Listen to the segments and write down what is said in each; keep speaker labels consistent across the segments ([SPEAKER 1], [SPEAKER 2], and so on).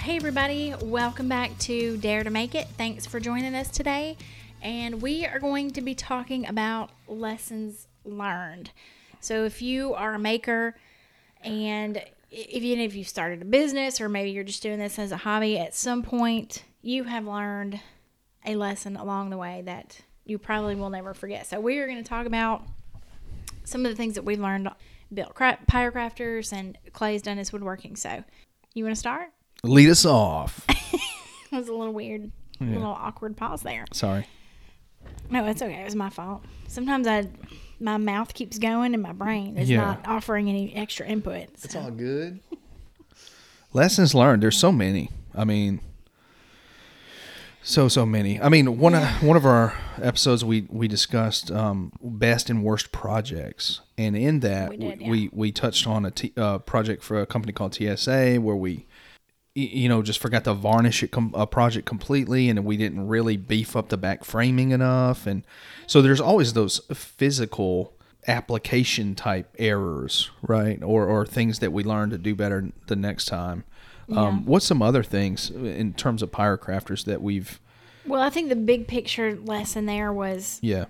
[SPEAKER 1] Hey, everybody, welcome back to Dare to Make It. Thanks for joining us today. And we are going to be talking about lessons learned. So, if you are a maker and i- if you, if you started a business or maybe you're just doing this as a hobby, at some point you have learned a lesson along the way that you probably will never forget. So, we are going to talk about some of the things that we've learned built cra- pyrocrafters and Clay's done his woodworking. So, you want to start?
[SPEAKER 2] Lead us off.
[SPEAKER 1] It was a little weird, little awkward pause there.
[SPEAKER 2] Sorry.
[SPEAKER 1] No, it's okay. It was my fault. Sometimes I, my mouth keeps going and my brain is
[SPEAKER 2] Yeah.
[SPEAKER 1] not offering any extra input.
[SPEAKER 2] It's all good. Lessons learned. There's so many. I mean, so so many. I mean, one of one of our episodes we we discussed um, best and worst projects, and in that we
[SPEAKER 1] did,
[SPEAKER 2] we, we, touched on a t- uh, project for a company called TSA where we y- you know just forgot to varnish it com- a project completely and we didn't really beef up the back framing enough and so there's always those physical application type errors right or or things that we learn to do better the next time um, what's some other things in terms of pyrocrafters that we've
[SPEAKER 1] Well, I think the big picture lesson there was
[SPEAKER 2] yeah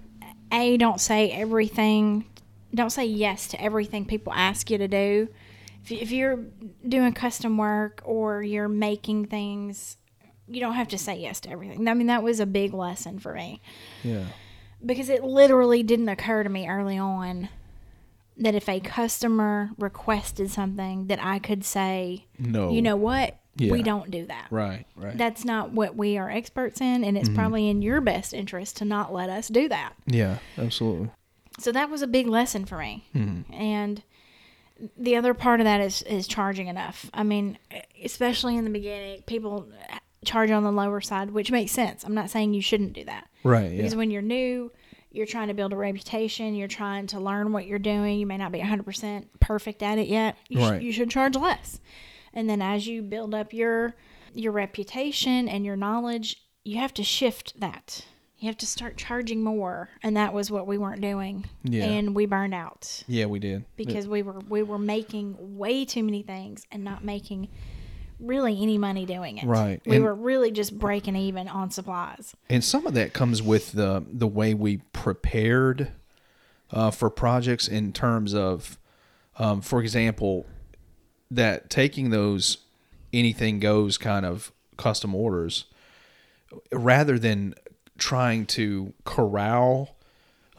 [SPEAKER 1] a don't say everything, don't say yes to everything people ask you to do. If, you- if you're doing custom work or you're making things, you don't have to say yes to everything. I mean, that was a big lesson for me.
[SPEAKER 2] yeah
[SPEAKER 1] because it literally didn't occur to me early on that if a customer requested something that I could say,
[SPEAKER 2] no
[SPEAKER 1] you know what, we
[SPEAKER 2] Yeah.
[SPEAKER 1] don't do that.
[SPEAKER 2] right Mm-hmm. right
[SPEAKER 1] That's not what we are experts in, and it's probably in your best interest to not let us do that.
[SPEAKER 2] yeah absolutely
[SPEAKER 1] So that was a big lesson for me.
[SPEAKER 2] Mm-hmm.
[SPEAKER 1] And the other part of that is is charging enough. I mean, especially in the beginning, people charge on the lower side, which makes sense. I'm not saying you shouldn't do that.
[SPEAKER 2] right yeah
[SPEAKER 1] Because when you're new, you're trying to build a reputation, you're trying to learn what you're doing. You may not be 100% perfect at it yet. You, sh-
[SPEAKER 2] Right.
[SPEAKER 1] you should charge less. And then as you build up your your reputation and your knowledge, you have to shift that. You have to start charging more, and that was what we weren't doing.
[SPEAKER 2] Yeah.
[SPEAKER 1] And we burned out
[SPEAKER 2] yeah we did
[SPEAKER 1] because we were we were making way too many things and not making really any money doing it.
[SPEAKER 2] Right.
[SPEAKER 1] We
[SPEAKER 2] And-
[SPEAKER 1] were really just breaking even on supplies.
[SPEAKER 2] and some of that comes with the the way we prepared uh, for projects in terms of, um, for example, that taking those anything goes kind of custom orders rather than trying to corral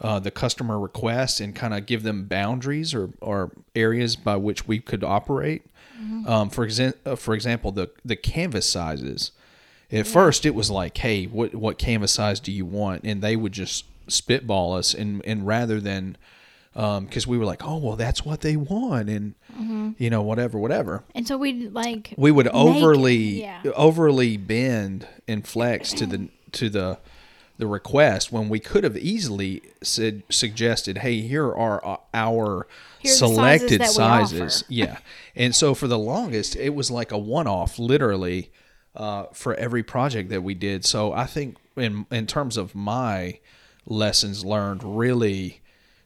[SPEAKER 2] uh, the customer requests and kind of give them boundaries or, or areas by which we could operate. Um, for exa- uh, for example, the the canvas sizes. At first, it was like, "Hey, what what canvas size do you want?" And they would just spitball us, and and rather than because we were like, "Oh, well, that's what they want," and you know, whatever, whatever
[SPEAKER 1] And so we like
[SPEAKER 2] we would
[SPEAKER 1] make-
[SPEAKER 2] overly
[SPEAKER 1] yeah.
[SPEAKER 2] overly bend and flex to the to the the request when we could have easily said suggested hey here are o- our
[SPEAKER 1] Here are the
[SPEAKER 2] selected
[SPEAKER 1] sizes that we
[SPEAKER 2] sizes
[SPEAKER 1] offer.
[SPEAKER 2] yeah and so for the longest it was like a one off literally uh, for every project that we did so i think in in terms of my lessons learned really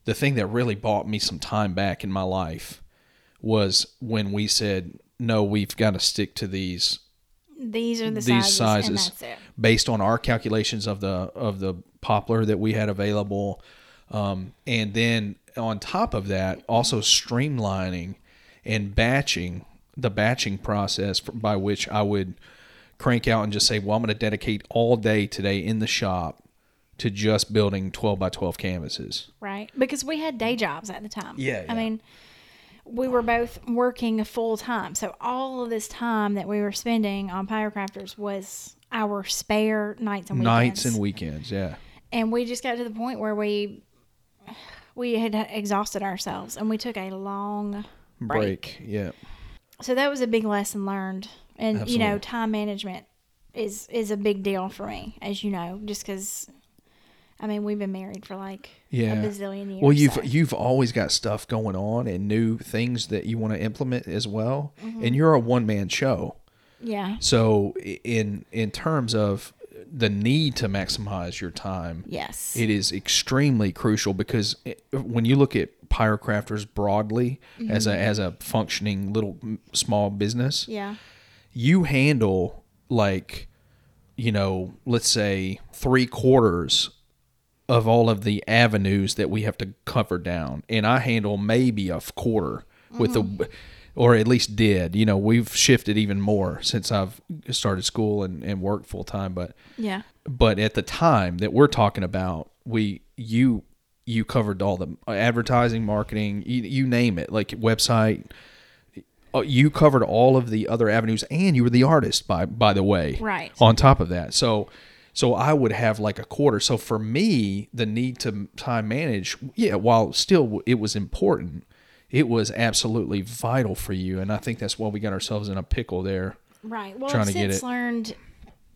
[SPEAKER 2] the thing that really bought me some time back in my life was when we said no we've got to stick to these
[SPEAKER 1] these are the
[SPEAKER 2] these
[SPEAKER 1] sizes,
[SPEAKER 2] sizes,
[SPEAKER 1] and that's it.
[SPEAKER 2] based on our calculations of the of the poplar that we had available um, and then on top of that also streamlining and batching the batching process f- by which i would crank out and just say well i'm going to dedicate all day today in the shop to just building 12 by 12 canvases
[SPEAKER 1] Right. Because we had day jobs at the time.
[SPEAKER 2] Yeah, yeah.
[SPEAKER 1] I mean, we were both working full time. So all of this time that we were spending on Pyrocrafters was our spare nights and weekends.
[SPEAKER 2] nights and weekends yeah
[SPEAKER 1] and we just got to the point where we we had exhausted ourselves and we took a long break.
[SPEAKER 2] break yeah
[SPEAKER 1] So that was a big lesson learned. And you know,
[SPEAKER 2] Absolutely.
[SPEAKER 1] time management is is a big deal for me, as you know, just cuz I mean, we've been married for like
[SPEAKER 2] yeah.
[SPEAKER 1] a bazillion years.
[SPEAKER 2] Well, you've
[SPEAKER 1] so-
[SPEAKER 2] you've always got stuff going on and new things that you want to implement as well,
[SPEAKER 1] Mm-hmm.
[SPEAKER 2] and you're a one man show.
[SPEAKER 1] yeah.
[SPEAKER 2] So i- in in terms of the need to maximize your time,
[SPEAKER 1] Yes.
[SPEAKER 2] it is extremely crucial because it, when you look at
[SPEAKER 1] Mm-hmm.
[SPEAKER 2] pyrocrafters broadly as a as a functioning little mm, small business,
[SPEAKER 1] yeah.
[SPEAKER 2] you handle like you know let's say three quarters of all of the avenues that we have to cover down and i handle maybe a quarter with the or at least did you know we've shifted even more since i've started school and, and worked full time but
[SPEAKER 1] Yeah.
[SPEAKER 2] but at the time that we're talking about we you you covered all the advertising marketing you, you name it like website Uh, you covered all of the other avenues and you were the artist by by the way
[SPEAKER 1] Right.
[SPEAKER 2] on top of that so so i would have like a quarter so for me the need to time manage yeah while still it was important it was absolutely vital for you and i think that's why we got ourselves in a pickle there
[SPEAKER 1] Right. Well,
[SPEAKER 2] Trying
[SPEAKER 1] I've
[SPEAKER 2] to get
[SPEAKER 1] since
[SPEAKER 2] it.
[SPEAKER 1] learned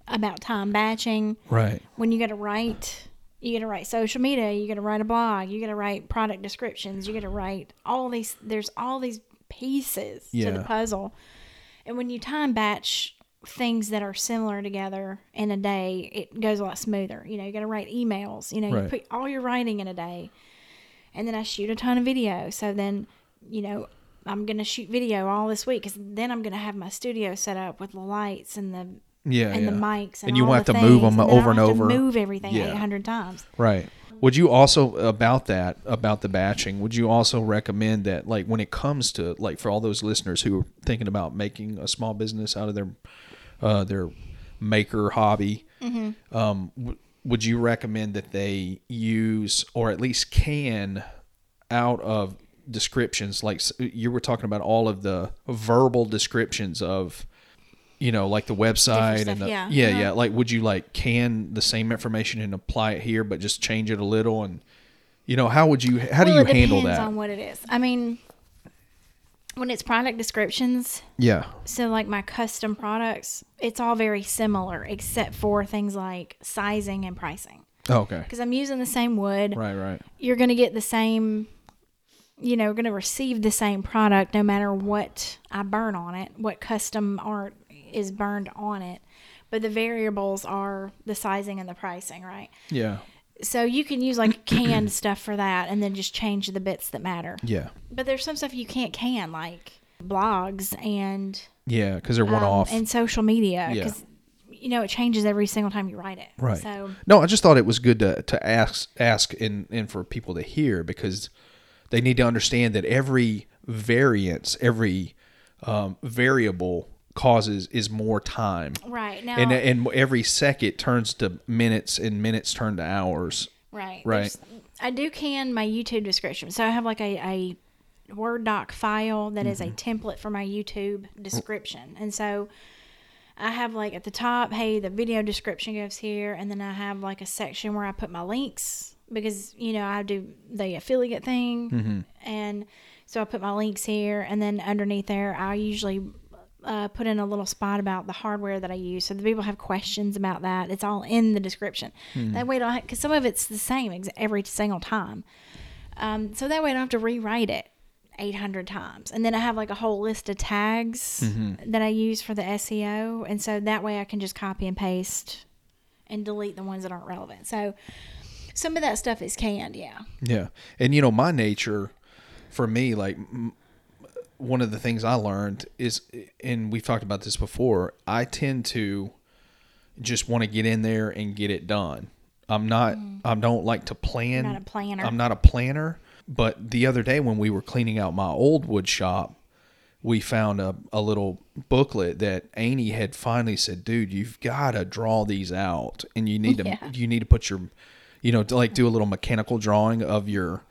[SPEAKER 1] about time batching.
[SPEAKER 2] right
[SPEAKER 1] When you got to write, you got to write social media. You got to write a blog. You got to write product descriptions. You got to write all these. There's all these pieces to the
[SPEAKER 2] Yeah.
[SPEAKER 1] puzzle. And when you time batch things that are similar together in a day, it goes a lot smoother. You know, you got to write emails. You know, you
[SPEAKER 2] Right.
[SPEAKER 1] put all your writing in a day, and then I shoot a ton of video. So then, you know, I'm gonna shoot video all this week because then I'm gonna have my studio set up with the lights and the
[SPEAKER 2] yeah
[SPEAKER 1] and the
[SPEAKER 2] yeah.
[SPEAKER 1] mics and,
[SPEAKER 2] And you
[SPEAKER 1] all
[SPEAKER 2] have
[SPEAKER 1] the
[SPEAKER 2] to move
[SPEAKER 1] things,
[SPEAKER 2] them
[SPEAKER 1] then
[SPEAKER 2] over
[SPEAKER 1] I'll
[SPEAKER 2] and
[SPEAKER 1] have to
[SPEAKER 2] over.
[SPEAKER 1] move everything
[SPEAKER 2] Yeah.
[SPEAKER 1] 800 times
[SPEAKER 2] Right. Would you also about that about the batching? Would you also recommend that like when it comes to like for all those listeners who are thinking about making a small business out of their uh, their maker hobby,
[SPEAKER 1] Mm-hmm.
[SPEAKER 2] um, w- would you recommend that they use or at least can out of descriptions like s- you were talking about all of the verbal descriptions of you know like the website
[SPEAKER 1] stuff,
[SPEAKER 2] and the,
[SPEAKER 1] yeah.
[SPEAKER 2] yeah
[SPEAKER 1] Uh-huh.
[SPEAKER 2] yeah like would you like can the same information and apply it here but just change it a little and you know how would you how do
[SPEAKER 1] well,
[SPEAKER 2] you
[SPEAKER 1] it
[SPEAKER 2] handle
[SPEAKER 1] depends
[SPEAKER 2] that
[SPEAKER 1] on what it is i mean when it's product descriptions
[SPEAKER 2] yeah
[SPEAKER 1] so like my custom products it's all very similar except for things like sizing and pricing
[SPEAKER 2] oh, okay
[SPEAKER 1] because i'm using the same wood
[SPEAKER 2] right right
[SPEAKER 1] you're going to get the same you know going to receive the same product no matter what i burn on it what custom art is burned on it but the variables are the sizing and the pricing right
[SPEAKER 2] yeah
[SPEAKER 1] so you can use like canned stuff for that and then just change the bits that matter
[SPEAKER 2] yeah
[SPEAKER 1] but there's some stuff you can't can like blogs and
[SPEAKER 2] yeah because they're one
[SPEAKER 1] um,
[SPEAKER 2] off
[SPEAKER 1] and social media
[SPEAKER 2] Yeah.
[SPEAKER 1] because you know it changes every single time you write it
[SPEAKER 2] Right.
[SPEAKER 1] so
[SPEAKER 2] no, I just thought it was good to, to ask ask and, and for people to hear because they need to understand that every variance, every um, variable causes is more time.
[SPEAKER 1] right now
[SPEAKER 2] And, uh, and every second turns to minutes and minutes turn to hours.
[SPEAKER 1] Right.
[SPEAKER 2] Right.
[SPEAKER 1] There's- I do can my YouTube description. So I have like a, a Word doc file that
[SPEAKER 2] Mm-hmm.
[SPEAKER 1] is a template for my YouTube description. And so I have like at the top, hey, the video description goes here. And then I have like a section where I put my links because, you know, I do the affiliate thing. And so I put my links here. And then underneath there, I usually. Uh, put in a little spot about the hardware that I use, so the people have questions about that. It's all in the description. That way, don't because some of it's the same ex- every single time. Um, so that way I don't have to rewrite it 800 times. And then I have like a whole list of tags
[SPEAKER 2] Mm-hmm.
[SPEAKER 1] that I use for the SEO. And so that way I can just copy and paste and delete the ones that aren't relevant. So some of that stuff is canned, yeah.
[SPEAKER 2] Yeah. And you know, my nature for me like m- one of the things I learned is and we've talked about this before, I tend to just want to get in there and get it done. I'm not I don't like to plan.
[SPEAKER 1] You're Mm-hmm. not a planner.
[SPEAKER 2] I'm not a planner, but the other day when we were cleaning out my old wood shop, we found a, a little booklet that Amy had finally said, "Dude, you've got to draw these out, and you need to
[SPEAKER 1] Yeah.
[SPEAKER 2] you need to put your, you know, to like do a little mechanical drawing of your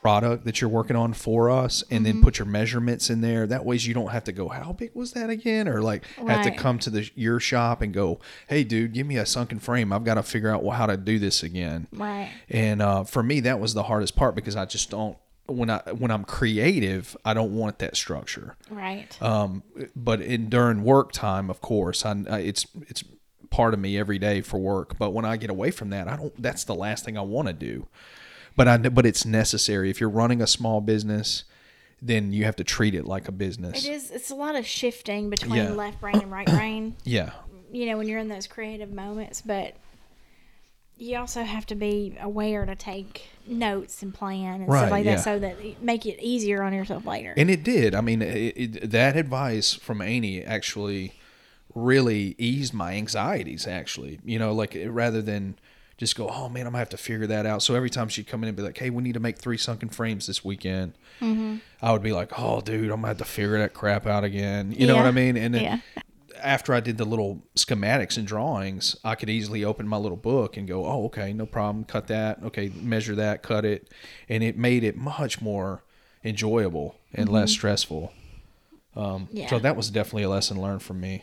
[SPEAKER 2] product that you're working on for us, and
[SPEAKER 1] Mm-hmm.
[SPEAKER 2] then put your measurements in there. That way, you don't have to go, how big was that again, or like have to
[SPEAKER 1] Right.
[SPEAKER 2] come to the your shop and go, hey, dude, give me a sunken frame. I've got to figure out how to do this again.
[SPEAKER 1] Right.
[SPEAKER 2] And uh, for me, that was the hardest part because I just don't when I when I'm creative, I don't want that structure.
[SPEAKER 1] Right.
[SPEAKER 2] Um, but in during work time, of course, I, I it's it's part of me every day for work. But when I get away from that, I don't. That's the last thing I want to do. But I but it's necessary if you're running a small business, then you have to treat it like a business.
[SPEAKER 1] it is, it's a lot of shifting between
[SPEAKER 2] Yeah.
[SPEAKER 1] left brain and right brain,
[SPEAKER 2] Yeah,
[SPEAKER 1] you know, when you're in those creative moments, but you also have to be aware to take notes and plan and stuff
[SPEAKER 2] Right,
[SPEAKER 1] like
[SPEAKER 2] yeah.
[SPEAKER 1] that so that it- make it easier on yourself later.
[SPEAKER 2] And it did. I mean, it, it, that advice from Annie actually really eased my anxieties actually you know like eh, rather than just go oh man i'm gonna have to figure that out so every time she'd come in and be like hey we need to make three sunken frames this weekend i would be like oh dude i'm gonna have to figure that crap out again you know what
[SPEAKER 1] Yeah.
[SPEAKER 2] i mean and then
[SPEAKER 1] Yeah.
[SPEAKER 2] after i did the little schematics and drawings i could easily open my little book and go oh okay no problem cut that okay measure that cut it and it made it much more enjoyable and less stressful
[SPEAKER 1] Mm-hmm. Yeah.
[SPEAKER 2] so that was definitely a lesson learned from me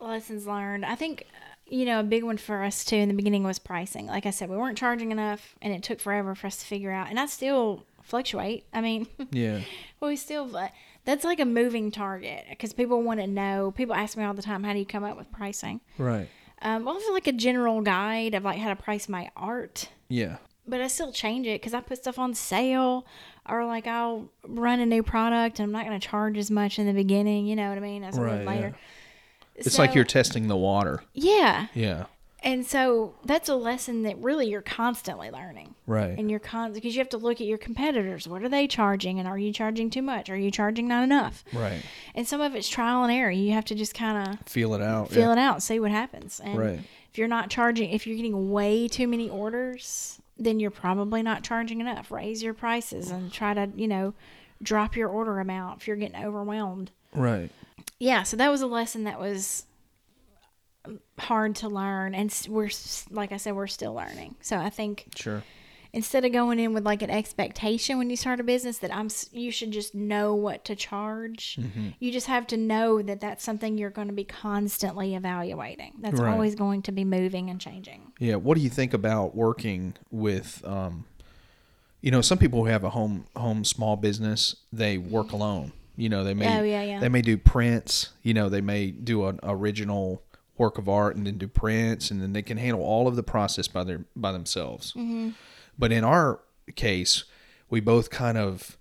[SPEAKER 1] lessons learned. I think uh, you know a big one for us too in the beginning was pricing. Like I said, we weren't charging enough, and it took forever for us to figure out. And I still fluctuate. I mean,
[SPEAKER 2] yeah
[SPEAKER 1] well, we still but that's like a moving target because people want to know. People ask me all the time, "How do you come up with pricing?"
[SPEAKER 2] right
[SPEAKER 1] Um, well, I feel like a general guide of like how to price my art,
[SPEAKER 2] yeah
[SPEAKER 1] but I still change it because I put stuff on sale or like I'll run a new product and I'm not going to charge as much in the beginning. You know what I mean? As I
[SPEAKER 2] Right,
[SPEAKER 1] would
[SPEAKER 2] yeah.
[SPEAKER 1] later.
[SPEAKER 2] It's like
[SPEAKER 1] So-
[SPEAKER 2] you're testing the water.
[SPEAKER 1] yeah.
[SPEAKER 2] Yeah.
[SPEAKER 1] And so that's a lesson that really you're constantly learning.
[SPEAKER 2] Right.
[SPEAKER 1] And you're con because you have to look at your competitors. What are they charging? And are you charging too much? Are you charging not enough?
[SPEAKER 2] right.
[SPEAKER 1] And some of it's trial and error. You have to just kind of
[SPEAKER 2] Feel it out.
[SPEAKER 1] feel
[SPEAKER 2] yeah.
[SPEAKER 1] it out, see what happens. And
[SPEAKER 2] Right.
[SPEAKER 1] if you're not charging, if you're getting way too many orders, then you're probably not charging enough. Raise your prices and try to, you know, drop your order amount if you're getting overwhelmed
[SPEAKER 2] Right.
[SPEAKER 1] yeah so that was a lesson that was um, hard to learn and s- we're s- like i said we're still learning so i think
[SPEAKER 2] Sure.
[SPEAKER 1] instead of going in with like an expectation when you start a business that i'm s- you should just know what to charge
[SPEAKER 2] Mm-hmm.
[SPEAKER 1] you just have to know that that's something you're going to be constantly evaluating that's
[SPEAKER 2] Right.
[SPEAKER 1] always going to be moving and changing
[SPEAKER 2] Yeah. What do you think about working with, um, you know, some people who have a home home small business, they work alone. You know, they may
[SPEAKER 1] Oh, yeah, yeah.
[SPEAKER 2] they may do prints. You know, they may do an original work of art and then do prints, and then they can handle all of the process by their by themselves.
[SPEAKER 1] Mm-hmm.
[SPEAKER 2] But in our case, we both kind of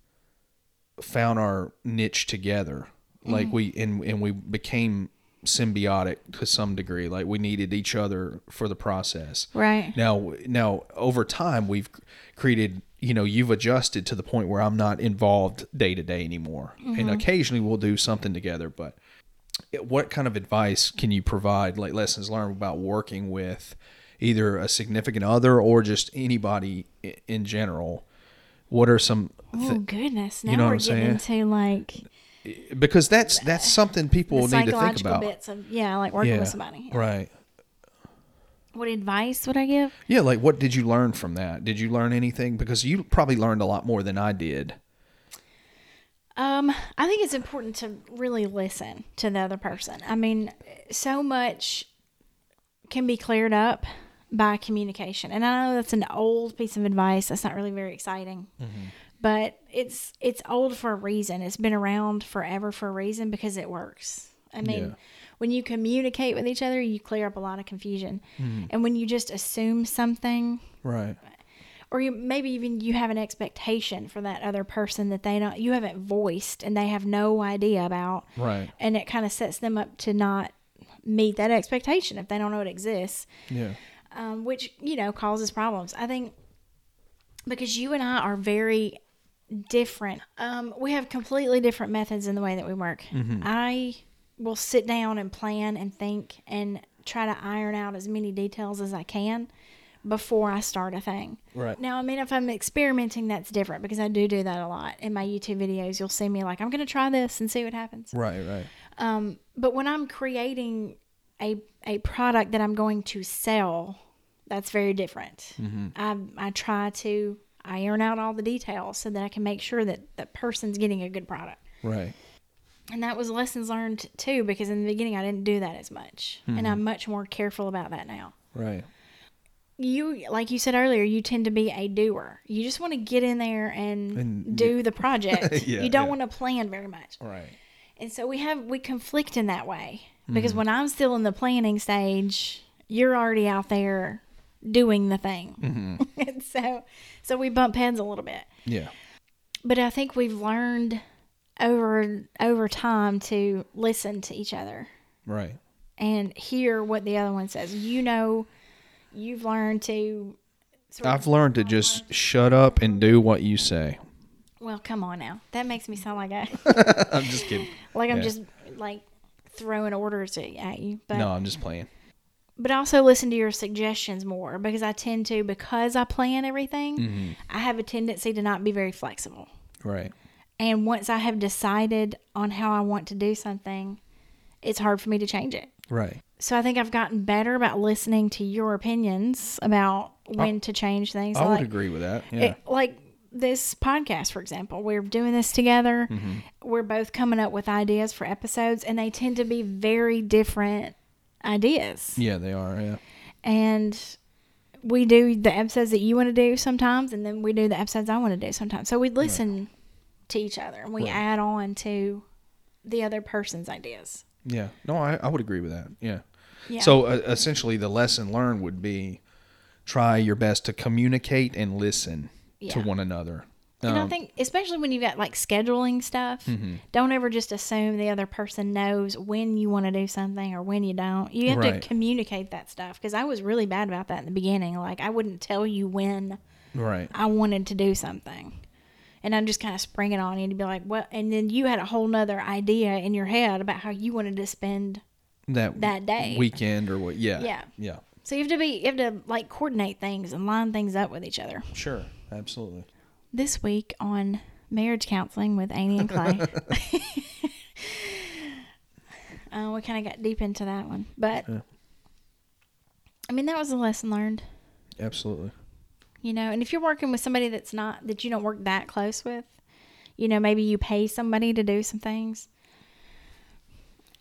[SPEAKER 2] found our niche together.
[SPEAKER 1] Mm-hmm.
[SPEAKER 2] Like we and and we became symbiotic to some degree. Like we needed each other for the process.
[SPEAKER 1] right
[SPEAKER 2] Now now over time we've created you know you've adjusted to the point where I'm not involved day to day anymore.
[SPEAKER 1] Mm-hmm.
[SPEAKER 2] And occasionally we'll do something together, but it- what kind of advice can you provide like lessons learned about working with either a significant other or just anybody i- in general? What are some
[SPEAKER 1] oh goodness now
[SPEAKER 2] know what
[SPEAKER 1] we're
[SPEAKER 2] I'm
[SPEAKER 1] getting into like
[SPEAKER 2] because that's that's something people
[SPEAKER 1] the
[SPEAKER 2] need to think
[SPEAKER 1] psychological
[SPEAKER 2] about.
[SPEAKER 1] bits of yeah like working with somebody
[SPEAKER 2] Right.
[SPEAKER 1] what advice would i give
[SPEAKER 2] Yeah, like what did you learn from that? Did you learn anything? Because you probably learned a lot more than I did.
[SPEAKER 1] Um, I think it's important to really listen to the other person. I mean, so much can be cleared up by communication. And I know that's an old piece of advice. That's not really very exciting. But it's it's old for a reason. It's been around forever for a reason because it works. I mean,
[SPEAKER 2] Yeah.
[SPEAKER 1] when you communicate with each other, you clear up a lot of confusion. And when you just assume something,
[SPEAKER 2] Right.
[SPEAKER 1] or you, maybe even you have an expectation for that other person that they don't you haven't voiced and they have no idea about
[SPEAKER 2] Right.
[SPEAKER 1] and it kind of sets them up to not meet that expectation if they don't know it exists
[SPEAKER 2] Yeah.
[SPEAKER 1] um, which you know causes problems i think because you and i are very different um, we have completely different methods in the way that we work i will sit down and plan and think and try to iron out as many details as i can before i start a thing
[SPEAKER 2] Right.
[SPEAKER 1] now, I mean, if I'm experimenting, that's different because I do do that a lot in my YouTube videos. You'll see me like, I'm going to try this and see what happens.
[SPEAKER 2] Right, right.
[SPEAKER 1] Um, but when I'm creating a, a product that I'm going to sell, that's very different.
[SPEAKER 2] Mm-hmm.
[SPEAKER 1] I, I try to iron out all the details so that I can make sure that the person's getting a good product.
[SPEAKER 2] Right.
[SPEAKER 1] And that was lessons learned too, because in the beginning I didn't do that as much. And
[SPEAKER 2] Mm-hmm.
[SPEAKER 1] I'm much more careful about that now
[SPEAKER 2] Right.
[SPEAKER 1] you like you said earlier you tend to be a doer you just want to get in there and,
[SPEAKER 2] And
[SPEAKER 1] do the project
[SPEAKER 2] Yeah,
[SPEAKER 1] you don't
[SPEAKER 2] yeah.
[SPEAKER 1] want to plan very much
[SPEAKER 2] Right.
[SPEAKER 1] and so we have we conflict in that way because when i'm still in the planning stage you're already out there doing the thing and so so we bump heads a little bit
[SPEAKER 2] Yeah.
[SPEAKER 1] but i think we've learned over over time to listen to each other
[SPEAKER 2] Right.
[SPEAKER 1] and hear what the other one says you know you've learned to sort of
[SPEAKER 2] I've learned to just shut up and do what you say.
[SPEAKER 1] Well, come on now. That makes me sound like I
[SPEAKER 2] I'm just kidding.
[SPEAKER 1] like I'm
[SPEAKER 2] Yeah.
[SPEAKER 1] just like throwing orders at, at you. But
[SPEAKER 2] no, I'm just playing.
[SPEAKER 1] but also listen to your suggestions more because I tend to because I plan everything,
[SPEAKER 2] Mm-hmm.
[SPEAKER 1] I have a tendency to not be very flexible.
[SPEAKER 2] Right.
[SPEAKER 1] And once I have decided on how I want to do something, it's hard for me to change it.
[SPEAKER 2] Right.
[SPEAKER 1] So I think I've gotten better about listening to your opinions about when to change things.
[SPEAKER 2] Oh. I would
[SPEAKER 1] Like-
[SPEAKER 2] agree with that. Yeah.
[SPEAKER 1] it- like this podcast, for example, we're doing this together.
[SPEAKER 2] Mm-hmm.
[SPEAKER 1] We're both coming up with ideas for episodes, and they tend to be very different ideas.
[SPEAKER 2] yeah, they are. Yeah.
[SPEAKER 1] And we do the episodes that you want to do sometimes, and then we do the episodes I want to do sometimes. So we listen to each other and we
[SPEAKER 2] Right.
[SPEAKER 1] add on to the other person's ideas.
[SPEAKER 2] Yeah. No, I, I would agree with that. Yeah.
[SPEAKER 1] Yeah.
[SPEAKER 2] So uh, essentially, the lesson learned would be try your best to communicate and listen to
[SPEAKER 1] Yeah.
[SPEAKER 2] one
[SPEAKER 1] And
[SPEAKER 2] another.
[SPEAKER 1] I
[SPEAKER 2] Um, Mm-hmm.
[SPEAKER 1] think, especially when you've got like scheduling stuff, don't ever just assume the other person knows when you want to do something or when you don't. You have
[SPEAKER 2] Right.
[SPEAKER 1] to communicate that stuff because I was really bad about that in the beginning. Like, I wouldn't tell you when
[SPEAKER 2] right.
[SPEAKER 1] I wanted to do something. And I'm just kind of springing on you to be like, well, and then you had a whole nother idea in your head about how you wanted to spend.
[SPEAKER 2] That
[SPEAKER 1] that day.
[SPEAKER 2] weekend or what? Yeah.
[SPEAKER 1] Yeah.
[SPEAKER 2] Yeah.
[SPEAKER 1] So you have to be, you have to like coordinate things and line things up with each other.
[SPEAKER 2] Sure. Absolutely.
[SPEAKER 1] this week on marriage counseling with Amy and Clay. uh, we kind of got deep into that one, but
[SPEAKER 2] Yeah.
[SPEAKER 1] I mean that was a lesson learned,
[SPEAKER 2] Absolutely.
[SPEAKER 1] you know. And if you're working with somebody that's not that you don't work that close with, you know, maybe you pay somebody to do some things.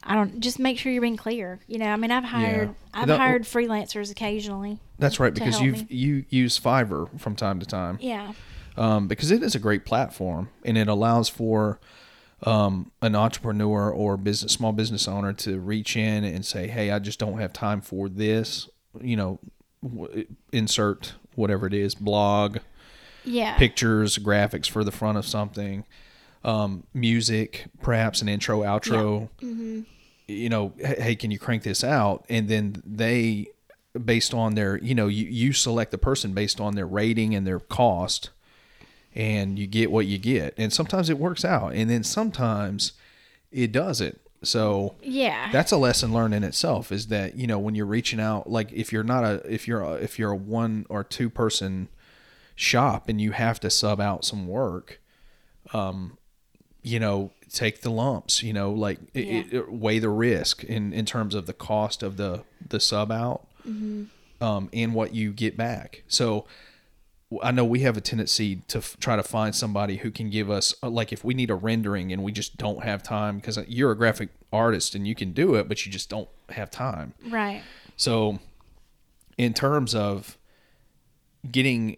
[SPEAKER 1] I don't just make sure you're being clear. You know, I mean, I've hired I've
[SPEAKER 2] That-
[SPEAKER 1] hired freelancers occasionally.
[SPEAKER 2] That's right
[SPEAKER 1] to
[SPEAKER 2] because
[SPEAKER 1] help
[SPEAKER 2] you've you use Fiverr from time to time.
[SPEAKER 1] Yeah.
[SPEAKER 2] um, because it is a great platform and it allows for um, an entrepreneur or business small business owner to reach in and say, "Hey, I just don't have time for this." You know, w- insert whatever it is, blog,
[SPEAKER 1] Yeah.
[SPEAKER 2] pictures, graphics for the front of something, um, music, perhaps an intro, outro. Mm-hmm. You know, h- hey, can you crank this out? And then they, based on their, you know, you, you select the person based on their rating and their cost, and you get what you get. And sometimes it works out, and then sometimes it doesn't. So
[SPEAKER 1] yeah.
[SPEAKER 2] that's a lesson learned in itself is that you know when you're reaching out like if you're not a if you're a, if you're a one or two person shop and you have to sub out some work um you know take the lumps you know like it,
[SPEAKER 1] Yeah.
[SPEAKER 2] it- weigh the risk in in terms of the cost of the the sub out um and what you get back so I know we have a tendency to f- try to find somebody who can give us uh, like if we need a rendering and we just don't have time because you're a graphic artist and you can do it, but you just don't have time.
[SPEAKER 1] right.
[SPEAKER 2] So, in terms of getting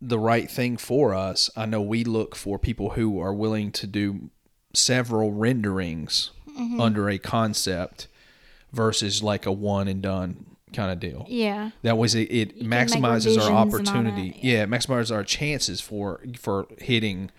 [SPEAKER 2] the right thing for us, I know we look for people who are willing to do several renderings under a concept versus like a one and done kind of deal.
[SPEAKER 1] Yeah.
[SPEAKER 2] That was it. It
[SPEAKER 1] make
[SPEAKER 2] maximizes our
[SPEAKER 1] revisions and all
[SPEAKER 2] opportunity.
[SPEAKER 1] that,
[SPEAKER 2] Yeah. it maximizes our chances for for hitting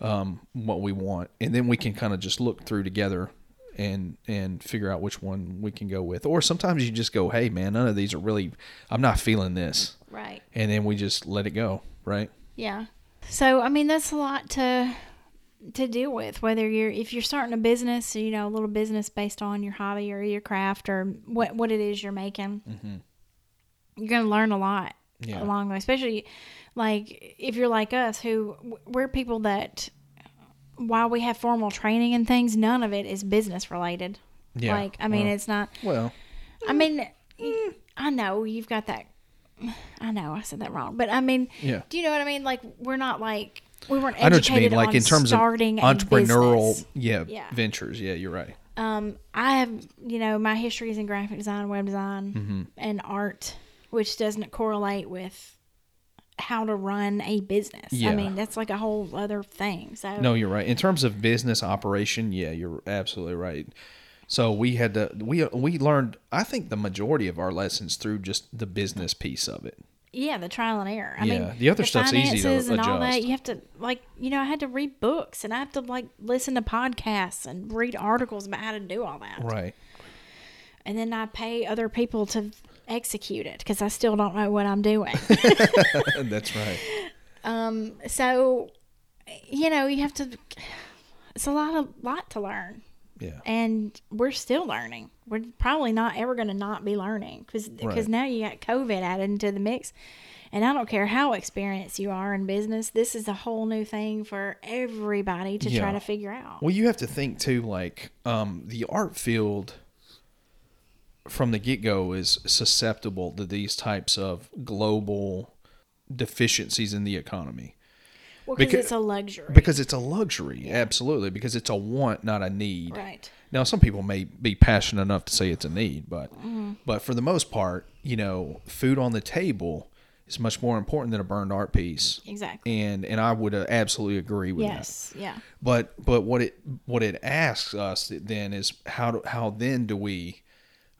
[SPEAKER 2] um, what we want, and then we can kind of just look through together and and figure out which one we can go with. Or sometimes you just go, "Hey, man, none of these are really. I'm not feeling this,"
[SPEAKER 1] Right.
[SPEAKER 2] and then we just let it go. Right?
[SPEAKER 1] Yeah. So I mean that's a lot to to deal with whether you're if you're starting a business, you know, a little business based on your hobby or your craft or what what it is you're making. You're going to learn a lot
[SPEAKER 2] Mm-hmm. Yeah.
[SPEAKER 1] along the way, especially like if you're like us who we're people that while we have formal training and things, none of it is business related.
[SPEAKER 2] Yeah.
[SPEAKER 1] Like I mean
[SPEAKER 2] Well-
[SPEAKER 1] it's not
[SPEAKER 2] Well,
[SPEAKER 1] I mean, y- I know you've got that. I know I said that wrong, but I mean,
[SPEAKER 2] Yeah.
[SPEAKER 1] Do you know what I mean? Like we're not like we weren't educated
[SPEAKER 2] I know what you mean.
[SPEAKER 1] on
[SPEAKER 2] Like in terms of
[SPEAKER 1] starting a
[SPEAKER 2] entrepreneurial,
[SPEAKER 1] business.
[SPEAKER 2] yeah,
[SPEAKER 1] Yeah.
[SPEAKER 2] ventures. Yeah, you're right.
[SPEAKER 1] Um, I have you know my history is in graphic design, web design,
[SPEAKER 2] Mm-hmm.
[SPEAKER 1] and art, which doesn't correlate with how to run a business.
[SPEAKER 2] Yeah.
[SPEAKER 1] I mean that's like a whole other thing. So
[SPEAKER 2] No, you're right. In terms of business operation, yeah, you're absolutely right. So we had to we we learned I think the majority of our lessons through just the business piece of it.
[SPEAKER 1] Yeah, the trial and error. I
[SPEAKER 2] Yeah,
[SPEAKER 1] mean,
[SPEAKER 2] the other stuff's easy to
[SPEAKER 1] finances and all that.
[SPEAKER 2] adjust.
[SPEAKER 1] You have to like, you know, I had to read books and I have to like listen to podcasts and read articles about how to do all that.
[SPEAKER 2] Right.
[SPEAKER 1] And then I pay other people to execute it because I still don't know what I'm doing.
[SPEAKER 2] That's right.
[SPEAKER 1] so, you know, you have to. It's a lot of lot to learn.
[SPEAKER 2] Yeah.
[SPEAKER 1] and we're still learning. We're probably not ever going to not be learning because
[SPEAKER 2] Right.
[SPEAKER 1] now you got COVID added into the mix. And I don't care how experienced you are in business, this is a whole new thing for everybody to
[SPEAKER 2] Yeah.
[SPEAKER 1] try to figure out.
[SPEAKER 2] Well, you have to think too, like um, the art field from the get go is susceptible to these types of global deficiencies in the economy
[SPEAKER 1] Well, because
[SPEAKER 2] becau-
[SPEAKER 1] it's a luxury.
[SPEAKER 2] because it's a luxury, absolutely, because it's a want, not a need.
[SPEAKER 1] right.
[SPEAKER 2] Now, some people may be passionate enough to say it's a need, but but for the most part, you know, food on the table is much more important than a burned art piece.
[SPEAKER 1] Exactly.
[SPEAKER 2] And and I would uh, absolutely agree with that
[SPEAKER 1] yes. Yeah.
[SPEAKER 2] but but what it what it asks us then is how do, how then do we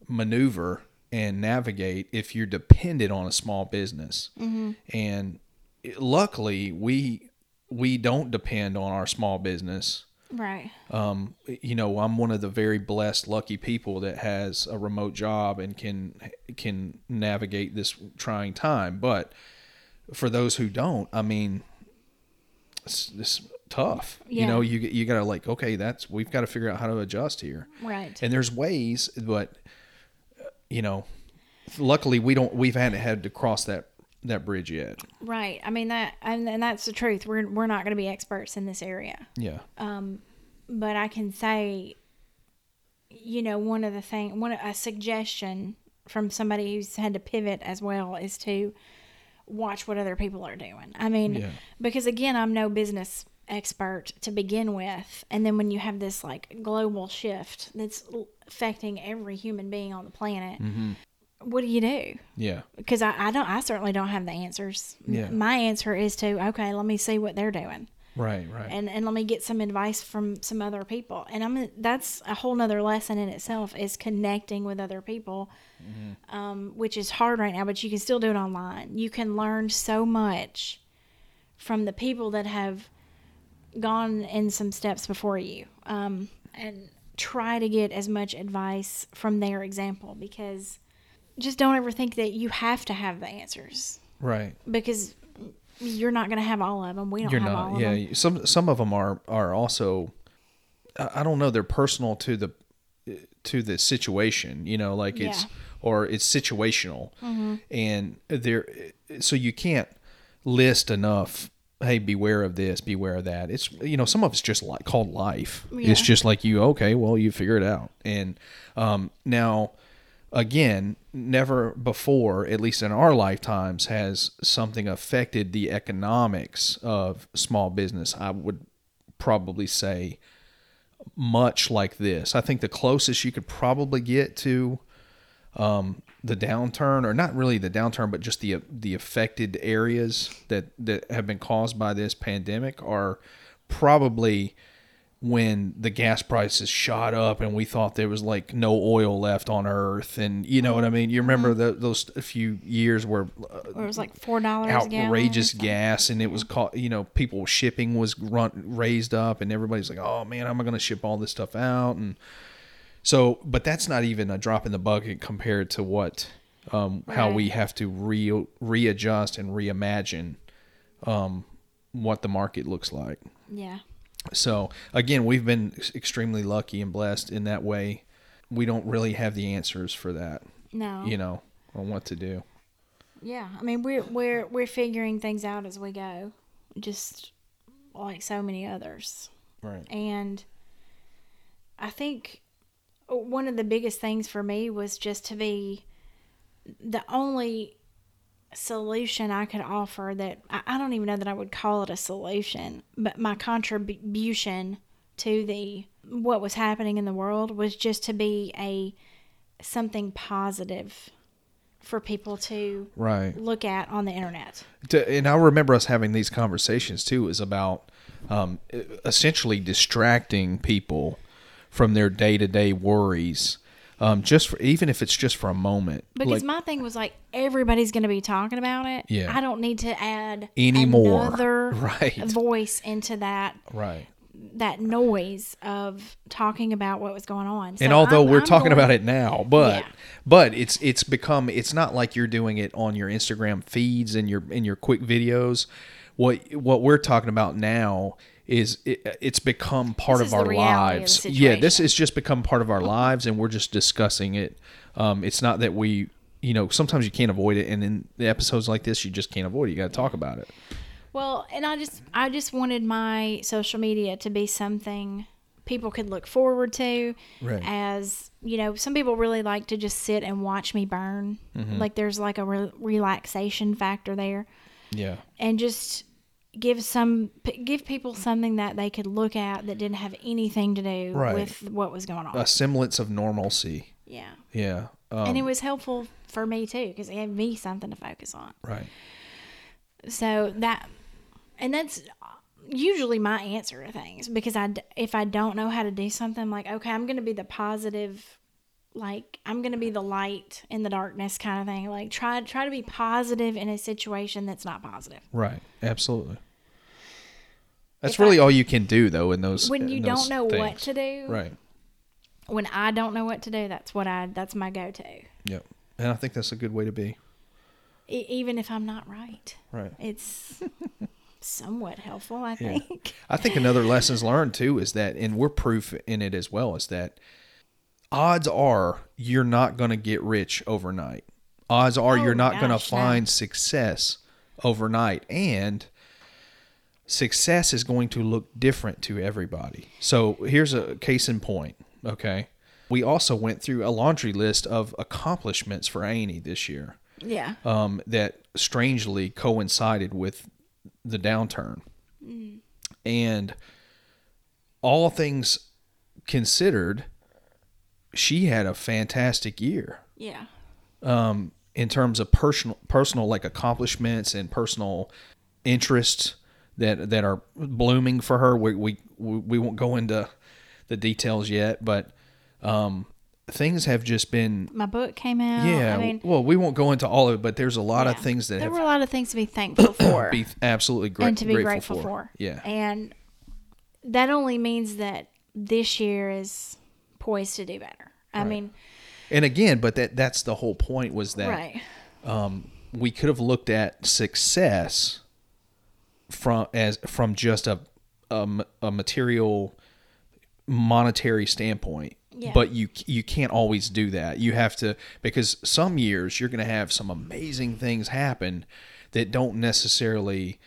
[SPEAKER 2] maneuver and navigate if you're dependent on a small business and it- luckily we we don't depend on our small business
[SPEAKER 1] Right.
[SPEAKER 2] um, you know i'm one of the very blessed lucky people that has a remote job and can can navigate this trying time but for those who don't i mean it's, it's tough you
[SPEAKER 1] Yeah.
[SPEAKER 2] know you you gotta like okay that's we've got to figure out how to adjust here
[SPEAKER 1] Right.
[SPEAKER 2] and there's ways but uh, you know luckily we don't we've hadn't had to cross that that bridge yet
[SPEAKER 1] right. I mean that and, and that's the truth. We're we're not going to be experts in this area.
[SPEAKER 2] yeah
[SPEAKER 1] Uh, but I can say, you know, one of the thing, one a suggestion from somebody who's had to pivot as well is to watch what other people are doing. I mean,
[SPEAKER 2] Yeah.
[SPEAKER 1] because again, I'm no business expert to begin with, and then when you have this like global shift that's l- affecting every human being on the planet,
[SPEAKER 2] Mm-hmm.
[SPEAKER 1] what do you do?
[SPEAKER 2] yeah
[SPEAKER 1] Because I, I don't, I certainly don't have the answers. M-
[SPEAKER 2] Yeah.
[SPEAKER 1] My answer is to okay, let me see what they're doing
[SPEAKER 2] right right
[SPEAKER 1] and and let me get some advice from some other people and i'm that's a whole nother lesson in itself is connecting with other people
[SPEAKER 2] Mm-hmm.
[SPEAKER 1] um, which is hard right now but you can still do it online you can learn so much from the people that have gone in some steps before you um, and try to get as much advice from their example because just don't ever think that you have to have the answers
[SPEAKER 2] right
[SPEAKER 1] because you're not going to have all of them we don't
[SPEAKER 2] You're
[SPEAKER 1] have all
[SPEAKER 2] not.
[SPEAKER 1] of
[SPEAKER 2] Yeah.
[SPEAKER 1] them
[SPEAKER 2] you- Some some of them are are also. I I don't know. They're personal to the to the situation. You know, like it's
[SPEAKER 1] Yeah. Mm-hmm.
[SPEAKER 2] or it's situational, and there. So you can't list enough. Hey, beware of this. Beware of that. It's you know some of it's just like called life. It's
[SPEAKER 1] Yeah.
[SPEAKER 2] just like you. Okay, well you figure it out. And um, now, again, never before, at least in our lifetimes, has something affected the economics of small business. I would probably say much like this. I think the closest you could probably get to um, the downturn, or not really the downturn, but just the the affected areas that that have been caused by this pandemic, are probably when the gas prices shot up and we thought there was like no oil left on Earth, and you know what I mean. You remember tho- those few years where uh,
[SPEAKER 1] Where it was like four dollars.
[SPEAKER 2] outrageous gas and it was caught you know people shipping was run, raised up and everybody's like oh man i'm going to ship all this stuff out and so but that's not even a drop in the bucket compared to what um, how
[SPEAKER 1] Right.
[SPEAKER 2] we have to re- readjust and reimagine um, what the market looks like
[SPEAKER 1] Yeah,
[SPEAKER 2] so again we've been extremely lucky and blessed in that way we don't really have the answers for that
[SPEAKER 1] no,
[SPEAKER 2] you know on what to do
[SPEAKER 1] yeah. I mean, we're we're we're figuring things out as we go, just like so many others.
[SPEAKER 2] right
[SPEAKER 1] And I think one of the biggest things for me was just to be the only solution I could offer that I, I don't even know that I would call it a solution, but my contribution to the what was happening in the world was just to be a something positive for people to
[SPEAKER 2] right
[SPEAKER 1] look at on the internet.
[SPEAKER 2] to, and I remember us having these conversations too, is about um, essentially distracting people from their day to day worries, um, just for, even if it's just for a moment.
[SPEAKER 1] Because
[SPEAKER 2] Like,
[SPEAKER 1] my thing was like everybody's going to be talking about it.
[SPEAKER 2] Yeah.
[SPEAKER 1] I don't need to add
[SPEAKER 2] Any more.
[SPEAKER 1] another
[SPEAKER 2] Right.
[SPEAKER 1] voice into that
[SPEAKER 2] right.
[SPEAKER 1] that noise of talking about what was going on.
[SPEAKER 2] and although we're talking about it now, but
[SPEAKER 1] Yeah.
[SPEAKER 2] but it's it's become it's not like you're doing it on your Instagram feeds and your in your quick videos. What what we're talking about now is it, it's become part
[SPEAKER 1] This is
[SPEAKER 2] of our
[SPEAKER 1] the reality of the
[SPEAKER 2] lives. yeah, this
[SPEAKER 1] situation.
[SPEAKER 2] it's just become part of our lives, and we're just discussing it. Um, it's not that we, you know, sometimes you can't avoid it, and in the episodes like this, you just can't avoid it. You got to talk about it.
[SPEAKER 1] Well, and I just I just wanted my social media to be something people could look forward to
[SPEAKER 2] Right.
[SPEAKER 1] as you know some people really like to just sit and watch me burn
[SPEAKER 2] Mm-hmm.
[SPEAKER 1] like there's like a re- relaxation factor there
[SPEAKER 2] Yeah,
[SPEAKER 1] and just give some p- give people something that they could look at that didn't have anything to do
[SPEAKER 2] Right.
[SPEAKER 1] with what was going on
[SPEAKER 2] a semblance of normalcy.
[SPEAKER 1] yeah
[SPEAKER 2] Yeah, um,
[SPEAKER 1] and it was helpful for me too because it gave me something to focus on
[SPEAKER 2] right.
[SPEAKER 1] so that and that's usually my answer to things because i d- if i don't know how to do something I'm like okay i'm gonna be the positive like i'm gonna be the light in the darkness kind of thing like try try to be positive in a situation that's not positive
[SPEAKER 2] Right. Absolutely. That's
[SPEAKER 1] If
[SPEAKER 2] really
[SPEAKER 1] I-
[SPEAKER 2] all you can do though in those
[SPEAKER 1] when you
[SPEAKER 2] in
[SPEAKER 1] don't
[SPEAKER 2] those
[SPEAKER 1] know what
[SPEAKER 2] things.
[SPEAKER 1] to do
[SPEAKER 2] Right.
[SPEAKER 1] when i don't know what to do that's what i that's my go-to e-
[SPEAKER 2] Yep. And I think that's a good way to be.
[SPEAKER 1] even if i'm not right
[SPEAKER 2] Right.
[SPEAKER 1] it's somewhat helpful i
[SPEAKER 2] Yeah.
[SPEAKER 1] think
[SPEAKER 2] I think another lessons learned too is that and we're proof in it as well is that odds are you're not going to get rich overnight. Odds are
[SPEAKER 1] Oh,
[SPEAKER 2] you're not going to
[SPEAKER 1] gosh, no.
[SPEAKER 2] find success overnight and success is going to look different to everybody. So here's a case in point. Okay. We also went through a laundry list of accomplishments for Annie this year
[SPEAKER 1] yeah
[SPEAKER 2] um, that strangely coincided with the downturn.
[SPEAKER 1] Mm.
[SPEAKER 2] And all things considered, she had a fantastic year
[SPEAKER 1] yeah
[SPEAKER 2] in terms of personal personal like accomplishments and personal interests that that are blooming for her. We we we we won't go into the details yet, but um, things have just been
[SPEAKER 1] my book came out
[SPEAKER 2] yeah.
[SPEAKER 1] Oh, i mean
[SPEAKER 2] well, we won't go into all of it, but there's a lot
[SPEAKER 1] Yeah.
[SPEAKER 2] of things that
[SPEAKER 1] there
[SPEAKER 2] have
[SPEAKER 1] were a lot of things to be thankful for
[SPEAKER 2] be absolutely gra-
[SPEAKER 1] and to be
[SPEAKER 2] grateful,
[SPEAKER 1] grateful, for.
[SPEAKER 2] Yeah.
[SPEAKER 1] and that only means that this year is poised to do better i mean
[SPEAKER 2] And again, but that that's the whole point was that
[SPEAKER 1] right
[SPEAKER 2] we could have looked at success from as from just a a, m- a material monetary standpoint.
[SPEAKER 1] Yeah.
[SPEAKER 2] But you you can't always do that. You have to because some years you're going to have some amazing things happen that don't necessarily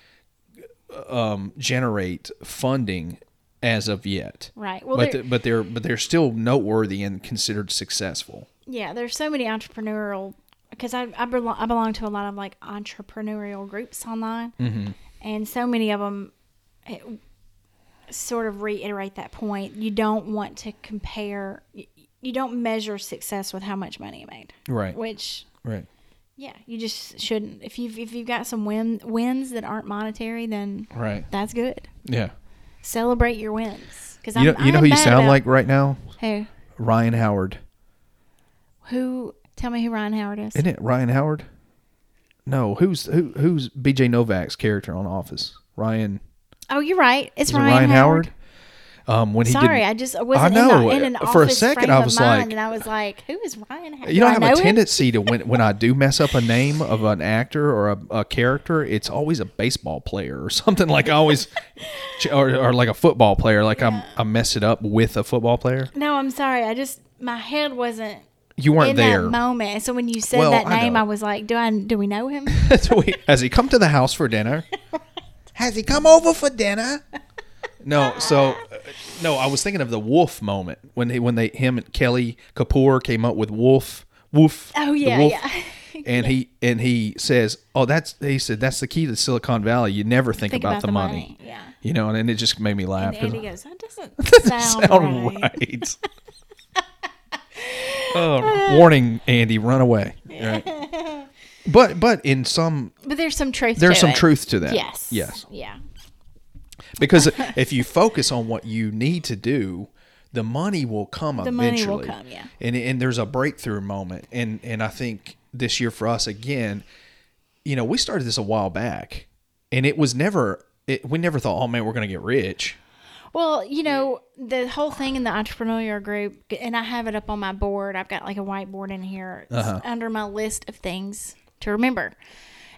[SPEAKER 2] um, generate funding as of yet.
[SPEAKER 1] Right. Well,
[SPEAKER 2] but
[SPEAKER 1] there-
[SPEAKER 2] the- but they're but they're still noteworthy and considered successful.
[SPEAKER 1] yeah there's so many entrepreneurial because I, I, belong, I belong to a lot of like entrepreneurial groups online
[SPEAKER 2] Mm-hmm.
[SPEAKER 1] and so many of them it, sort of reiterate that point you don't want to compare you, you don't measure success with how much money you made
[SPEAKER 2] Right.
[SPEAKER 1] which
[SPEAKER 2] Right.
[SPEAKER 1] Yeah, you just shouldn't. If you've if you've got some win, wins that aren't monetary, then
[SPEAKER 2] Right.
[SPEAKER 1] that's good.
[SPEAKER 2] Yeah.
[SPEAKER 1] Celebrate your wins. Because
[SPEAKER 2] You know, you know who you sound like right now?
[SPEAKER 1] Who?
[SPEAKER 2] Ryan Howard.
[SPEAKER 1] Who? Tell me who Ryan Howard is.
[SPEAKER 2] Isn't it Ryan Howard? No, who's who who's BJ Novak's character on Office? Ryan
[SPEAKER 1] oh, you're right. It's
[SPEAKER 2] is it
[SPEAKER 1] Ryan,
[SPEAKER 2] Ryan
[SPEAKER 1] Howard.
[SPEAKER 2] Howard? Um when he
[SPEAKER 1] Sorry,
[SPEAKER 2] did
[SPEAKER 1] I just I wasn't
[SPEAKER 2] I know.
[SPEAKER 1] in, the, in an
[SPEAKER 2] For a
[SPEAKER 1] office
[SPEAKER 2] second,
[SPEAKER 1] frame
[SPEAKER 2] I
[SPEAKER 1] of
[SPEAKER 2] was
[SPEAKER 1] mind,
[SPEAKER 2] like-
[SPEAKER 1] and I was like, who is Ryan Howard?
[SPEAKER 2] you know, I have
[SPEAKER 1] know
[SPEAKER 2] a
[SPEAKER 1] him?
[SPEAKER 2] tendency to when when I do mess up a name of an actor or a, a character, it's always a baseball player or something like I always or, or like a football player, like I'm I mess it up with a football player.
[SPEAKER 1] No, I'm sorry. I just my head wasn't
[SPEAKER 2] You weren't
[SPEAKER 1] in
[SPEAKER 2] there.
[SPEAKER 1] that moment. So when you said
[SPEAKER 2] Well,
[SPEAKER 1] that
[SPEAKER 2] I
[SPEAKER 1] name,
[SPEAKER 2] know.
[SPEAKER 1] I, was like, do I do we know him?
[SPEAKER 2] So we- has he come to the house for dinner? Has he come over for dinner? No, so uh, no, I was thinking of the wolf moment when he, when they him and Kelly Kapoor came up with wolf, woof.
[SPEAKER 1] Oh,
[SPEAKER 2] the
[SPEAKER 1] yeah,
[SPEAKER 2] wolf.
[SPEAKER 1] yeah.
[SPEAKER 2] And he and he says, "Oh, that's he said that's the key to Silicon Valley. You never think,
[SPEAKER 1] Think
[SPEAKER 2] about, the, money.
[SPEAKER 1] Yeah.
[SPEAKER 2] you know." And, and it just made me laugh.
[SPEAKER 1] And
[SPEAKER 2] 'cause
[SPEAKER 1] Andy goes, that doesn't
[SPEAKER 2] I-
[SPEAKER 1] sound,
[SPEAKER 2] sound
[SPEAKER 1] right.
[SPEAKER 2] right. Oh, warning, Andy, run away. Right. But but in some
[SPEAKER 1] But there's some truth.
[SPEAKER 2] there's
[SPEAKER 1] to
[SPEAKER 2] some
[SPEAKER 1] it.
[SPEAKER 2] truth to that.
[SPEAKER 1] Yes.
[SPEAKER 2] Yes.
[SPEAKER 1] Yeah.
[SPEAKER 2] Because if you focus on what you need to do, the money will come
[SPEAKER 1] The money will
[SPEAKER 2] eventually.
[SPEAKER 1] come, yeah.
[SPEAKER 2] And and there's a breakthrough moment. And and I think this year for us again, you know, we started this a while back and it was never it, we never thought, oh man, we're gonna get rich.
[SPEAKER 1] Well, you know, the whole thing in the entrepreneurial group, and I have it up on my
[SPEAKER 2] Uh-huh.
[SPEAKER 1] board. I've got like a whiteboard in here It's under my list of things to remember.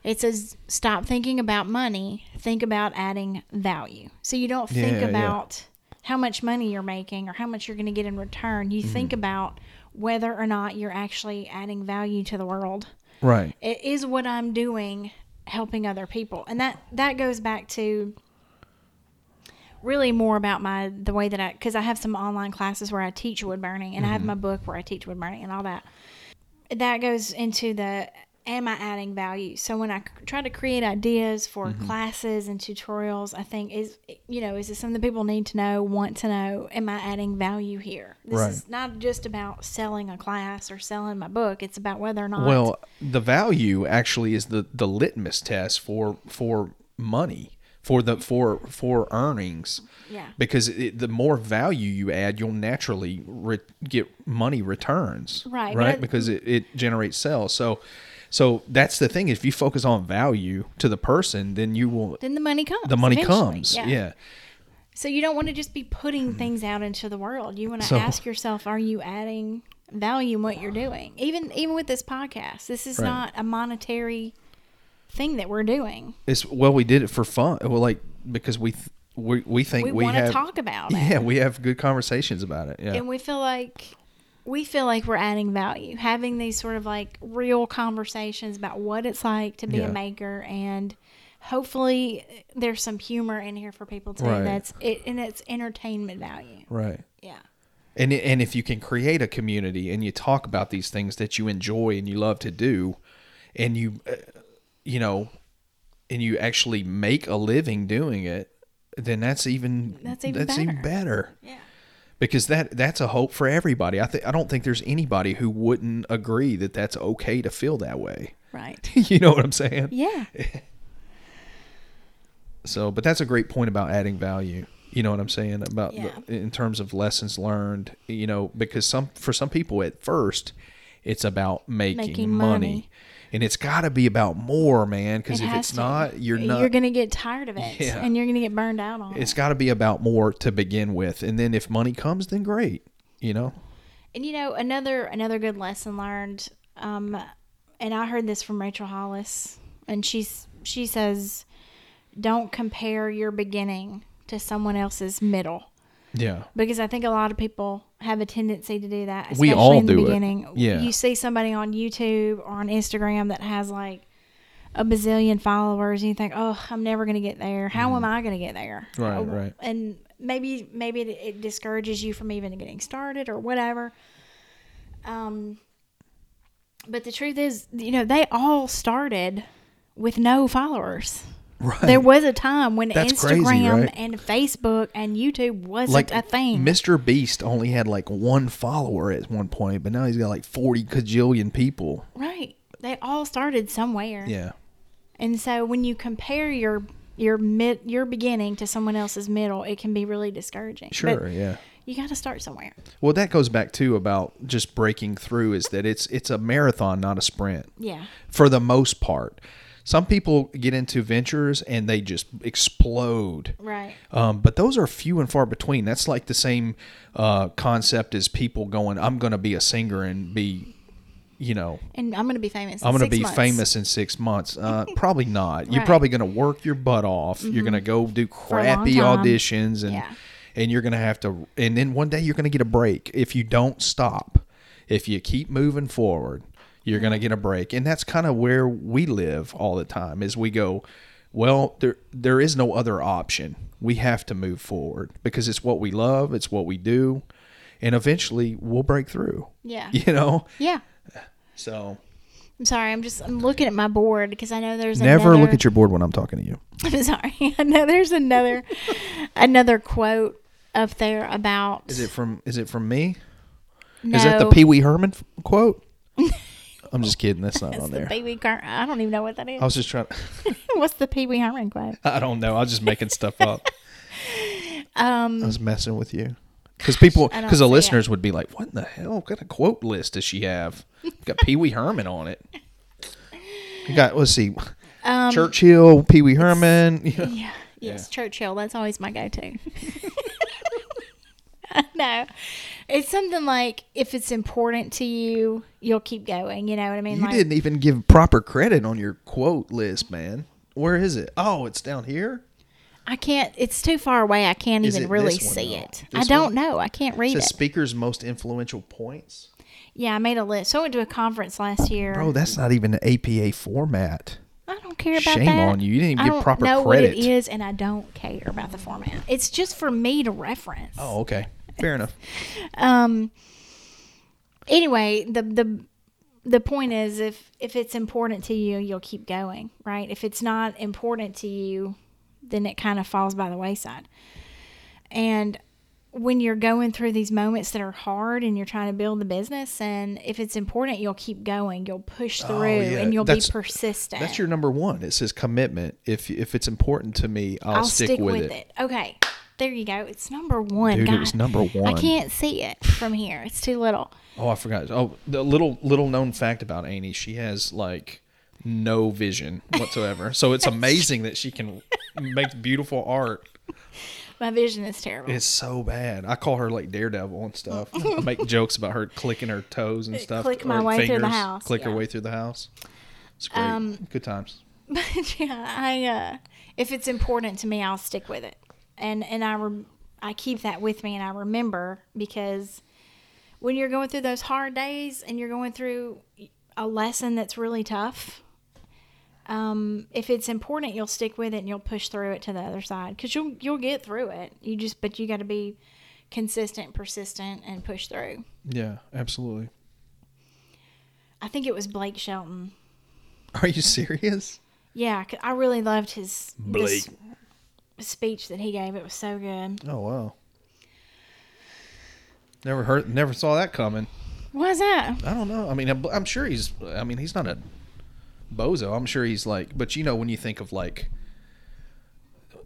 [SPEAKER 1] It says stop thinking about money, think about adding value. So you don't think
[SPEAKER 2] Yeah, yeah.
[SPEAKER 1] about how much money you're making or how much you're going to get in return. You think
[SPEAKER 2] Mm-hmm.
[SPEAKER 1] about whether or not you're actually adding value to the world
[SPEAKER 2] Right.
[SPEAKER 1] it is what I'm doing helping other people. And that that goes back to really more about my the way that I cuz I have some online classes where I teach wood burning and I have
[SPEAKER 2] Mm-hmm.
[SPEAKER 1] my book where I teach wood burning and all that. That goes into the am I adding value? So when I c- try to create ideas for
[SPEAKER 2] Mm-hmm.
[SPEAKER 1] classes and tutorials, I think is you know, is this something people need to know, want to know, am I adding value here? This
[SPEAKER 2] Right.
[SPEAKER 1] is not just about selling a class or selling my book, it's about whether or not
[SPEAKER 2] Well, the value actually is the the litmus test for for money for the for for earnings.
[SPEAKER 1] Yeah.
[SPEAKER 2] Because it, the more value you add, you'll naturally re- get money returns.
[SPEAKER 1] Right, but
[SPEAKER 2] Right.
[SPEAKER 1] I-
[SPEAKER 2] because it, it generates sales. So. So that's the thing. If you focus on value to the person, then you will.
[SPEAKER 1] then the money comes.
[SPEAKER 2] The money
[SPEAKER 1] eventually.
[SPEAKER 2] comes. yeah. Mm-hmm.
[SPEAKER 1] So you don't want to just be putting things out into the world. You want to
[SPEAKER 2] So-
[SPEAKER 1] ask yourself, are you adding value in what you're doing? Even even with this podcast, this is
[SPEAKER 2] Right.
[SPEAKER 1] not a monetary thing that we're doing.
[SPEAKER 2] It's well, we did it for fun. Well, like because we th- we we think
[SPEAKER 1] We
[SPEAKER 2] we,
[SPEAKER 1] wanna
[SPEAKER 2] have
[SPEAKER 1] talk about it.
[SPEAKER 2] Yeah, we have good conversations about it. Yeah.
[SPEAKER 1] And we feel like we feel like we're adding value, having these sort of like real conversations about what it's like to be
[SPEAKER 2] Yeah.
[SPEAKER 1] a maker and hopefully uh, there's some humor in here for people too
[SPEAKER 2] Right.
[SPEAKER 1] that's it and it's entertainment value.
[SPEAKER 2] right.
[SPEAKER 1] Yeah.
[SPEAKER 2] And i- and if you can create a community and you talk about these things that you enjoy and you love to do, and you uh, you know, and you actually make a living doing it, then that's even
[SPEAKER 1] That's even better.
[SPEAKER 2] better.
[SPEAKER 1] Yeah.
[SPEAKER 2] Because that that's a hope for everybody. I think I don't think there's anybody who wouldn't agree that that's okay to feel that way.
[SPEAKER 1] Right.
[SPEAKER 2] you know what I'm saying?
[SPEAKER 1] Yeah.
[SPEAKER 2] So, but that's a great point about adding value. You know what I'm saying about the-
[SPEAKER 1] Yeah.
[SPEAKER 2] in terms of lessons learned. You know, because some for some people at first, it's about making,
[SPEAKER 1] Making
[SPEAKER 2] money.
[SPEAKER 1] money.
[SPEAKER 2] and it's got to be about more, man. Because
[SPEAKER 1] It
[SPEAKER 2] if
[SPEAKER 1] has
[SPEAKER 2] it's
[SPEAKER 1] to.
[SPEAKER 2] not, you're not.
[SPEAKER 1] You're gonna get tired of it,
[SPEAKER 2] Yeah.
[SPEAKER 1] and you're gonna get burned out on
[SPEAKER 2] it's
[SPEAKER 1] it.
[SPEAKER 2] got to be about more to begin with, and then if money comes, then great. You know,
[SPEAKER 1] And you know, another another good lesson learned. Um, and I heard this from Rachel Hollis, and she's she says, "Don't compare your beginning to someone else's middle."
[SPEAKER 2] yeah,
[SPEAKER 1] Because I think a lot of people have a tendency to do that, especially
[SPEAKER 2] We all
[SPEAKER 1] in the
[SPEAKER 2] do it.
[SPEAKER 1] beginning.
[SPEAKER 2] Yeah.
[SPEAKER 1] You see somebody on YouTube or on Instagram that has like a bazillion followers, and you think, "Oh, I'm never going to get there. How am I going to get there?"
[SPEAKER 2] Mm-hmm. Right,
[SPEAKER 1] Uh,
[SPEAKER 2] right.
[SPEAKER 1] And maybe maybe it, it discourages you from even getting started or whatever. Um, but the truth is, you know, they all started with no followers.
[SPEAKER 2] right.
[SPEAKER 1] There was a time when
[SPEAKER 2] That's crazy,
[SPEAKER 1] Instagram
[SPEAKER 2] right?
[SPEAKER 1] and Facebook and YouTube wasn't
[SPEAKER 2] like
[SPEAKER 1] a thing.
[SPEAKER 2] Mr. Beast only had like one follower at one point, but now he's got like forty cajillion people.
[SPEAKER 1] Right. They all started somewhere.
[SPEAKER 2] Yeah,
[SPEAKER 1] And so when you compare your your mid your beginning to someone else's middle, it can be really discouraging. But
[SPEAKER 2] sure, yeah.
[SPEAKER 1] You got to start somewhere.
[SPEAKER 2] Well, that goes back too about just breaking through is that it's it's a marathon, not a sprint.
[SPEAKER 1] Yeah.
[SPEAKER 2] For the most part, some people get into ventures and they just explode.
[SPEAKER 1] Right.
[SPEAKER 2] Um, but those are few and far between. That's like the same uh, concept as people going, "I'm going to be a singer and be, you know,
[SPEAKER 1] And I'm going to be famous. in
[SPEAKER 2] I'm going to
[SPEAKER 1] six
[SPEAKER 2] be
[SPEAKER 1] months.
[SPEAKER 2] famous in six months. Uh, probably not. You're
[SPEAKER 1] Right. Mm-hmm.
[SPEAKER 2] probably going to work your butt off. You're going to go
[SPEAKER 1] a
[SPEAKER 2] do
[SPEAKER 1] long
[SPEAKER 2] crappy
[SPEAKER 1] time.
[SPEAKER 2] auditions, and
[SPEAKER 1] Yeah.
[SPEAKER 2] and you're going to have to. And then one day you're going to get a break if you don't stop. If you keep moving forward, you're going to get a break, and that's kind of where we live all the time. Is we go, well, there there is no other option. We have to move forward because it's what we love. It's what we do, and eventually we'll break through.
[SPEAKER 1] Yeah.
[SPEAKER 2] You know,
[SPEAKER 1] Yeah.
[SPEAKER 2] so.
[SPEAKER 1] I'm sorry. I'm just I'm looking at my board because I know there's
[SPEAKER 2] Never
[SPEAKER 1] another,
[SPEAKER 2] look at your board when I'm talking to you.
[SPEAKER 1] I'm sorry. I know there's another another quote up there about
[SPEAKER 2] Is it from Is it from me?
[SPEAKER 1] no,
[SPEAKER 2] Is that the Pee Wee Herman f- quote? I'm just kidding. That's not on
[SPEAKER 1] the
[SPEAKER 2] there.
[SPEAKER 1] Pee Wee Car- I don't even know what that is.
[SPEAKER 2] I was just trying.
[SPEAKER 1] What's the Pee Wee Herman quote?
[SPEAKER 2] I don't know. I was just making stuff up. Um, I was messing with you because people,
[SPEAKER 1] I don't
[SPEAKER 2] because the
[SPEAKER 1] see it.
[SPEAKER 2] listeners would be like, "What in the hell? What kind of quote list does she have? Got Pee Wee Herman on it. You got let's see, Churchill, Pee Wee Herman. you know.
[SPEAKER 1] Um, Yeah. Yes, Churchill. That's always my go-to. no, It's something like if it's important to you, you'll keep going. You know what I mean?
[SPEAKER 2] You
[SPEAKER 1] like,
[SPEAKER 2] didn't even give proper credit on your quote list, man. Where is it? Oh, it's down here.
[SPEAKER 1] I can't. It's too far away. I can't
[SPEAKER 2] Is
[SPEAKER 1] even
[SPEAKER 2] it
[SPEAKER 1] really
[SPEAKER 2] this one,
[SPEAKER 1] see
[SPEAKER 2] though?
[SPEAKER 1] it. I
[SPEAKER 2] This
[SPEAKER 1] don't
[SPEAKER 2] one?
[SPEAKER 1] know. I can't read
[SPEAKER 2] It
[SPEAKER 1] it.
[SPEAKER 2] says speakers' most influential points.
[SPEAKER 1] Yeah, I made a list. So I went to a conference last year.
[SPEAKER 2] Bro, that's not even an APA format.
[SPEAKER 1] I don't care about
[SPEAKER 2] Shame
[SPEAKER 1] that.
[SPEAKER 2] on you. You didn't even
[SPEAKER 1] I
[SPEAKER 2] give
[SPEAKER 1] don't
[SPEAKER 2] proper
[SPEAKER 1] know
[SPEAKER 2] credit.
[SPEAKER 1] what it is, and I don't care about the format. It's just for me to reference.
[SPEAKER 2] Oh, okay. Fair enough.
[SPEAKER 1] Um. Anyway, the the the point is, if if it's important to you, you'll keep going, right? If it's not important to you, then it kind of falls by the wayside. And when you're going through these moments that are hard and you're trying to build the business, and if it's important, you'll keep going, you'll push through,
[SPEAKER 2] Oh, yeah.
[SPEAKER 1] and you'll
[SPEAKER 2] That's-
[SPEAKER 1] be persistent.
[SPEAKER 2] That's your number one. It says commitment. If if it's important to me, I'll,
[SPEAKER 1] I'll stick, with, it. Okay. There you go. It's number one.
[SPEAKER 2] Dude, it
[SPEAKER 1] God.
[SPEAKER 2] was number one.
[SPEAKER 1] I can't see it from here. It's too little.
[SPEAKER 2] Oh, I forgot. Oh, the little little known fact about Amy, she has like no vision whatsoever. so it's amazing that she can make beautiful art.
[SPEAKER 1] My vision is terrible.
[SPEAKER 2] It's so bad. I call her like Daredevil and stuff. I make jokes about her clicking her toes and stuff.
[SPEAKER 1] Uh, Click
[SPEAKER 2] or
[SPEAKER 1] my way through the house,
[SPEAKER 2] Click her
[SPEAKER 1] yeah. Um,
[SPEAKER 2] way through the house. It's great. Good times.
[SPEAKER 1] But yeah, I uh, if it's important to me, I'll stick with it, and and I rem I keep that with me, and I remember because when you're going through those hard days and you're going through a lesson that's really tough, um, if it's important, you'll stick with it and you'll push through it to the other side because you'll you'll get through it. You just but you got to be consistent, persistent, and push through.
[SPEAKER 2] Yeah, absolutely.
[SPEAKER 1] I think it was Blake Shelton.
[SPEAKER 2] Are you serious?
[SPEAKER 1] Yeah, 'cause I really loved his this
[SPEAKER 2] Blake.
[SPEAKER 1] speech that he gave. It was so good.
[SPEAKER 2] Oh wow. Never heard. Never saw that coming.
[SPEAKER 1] Why's that?
[SPEAKER 2] I don't know. I mean, I'm, I'm sure he's. I mean, he's not a bozo. I'm sure he's like. But you know, when you think of like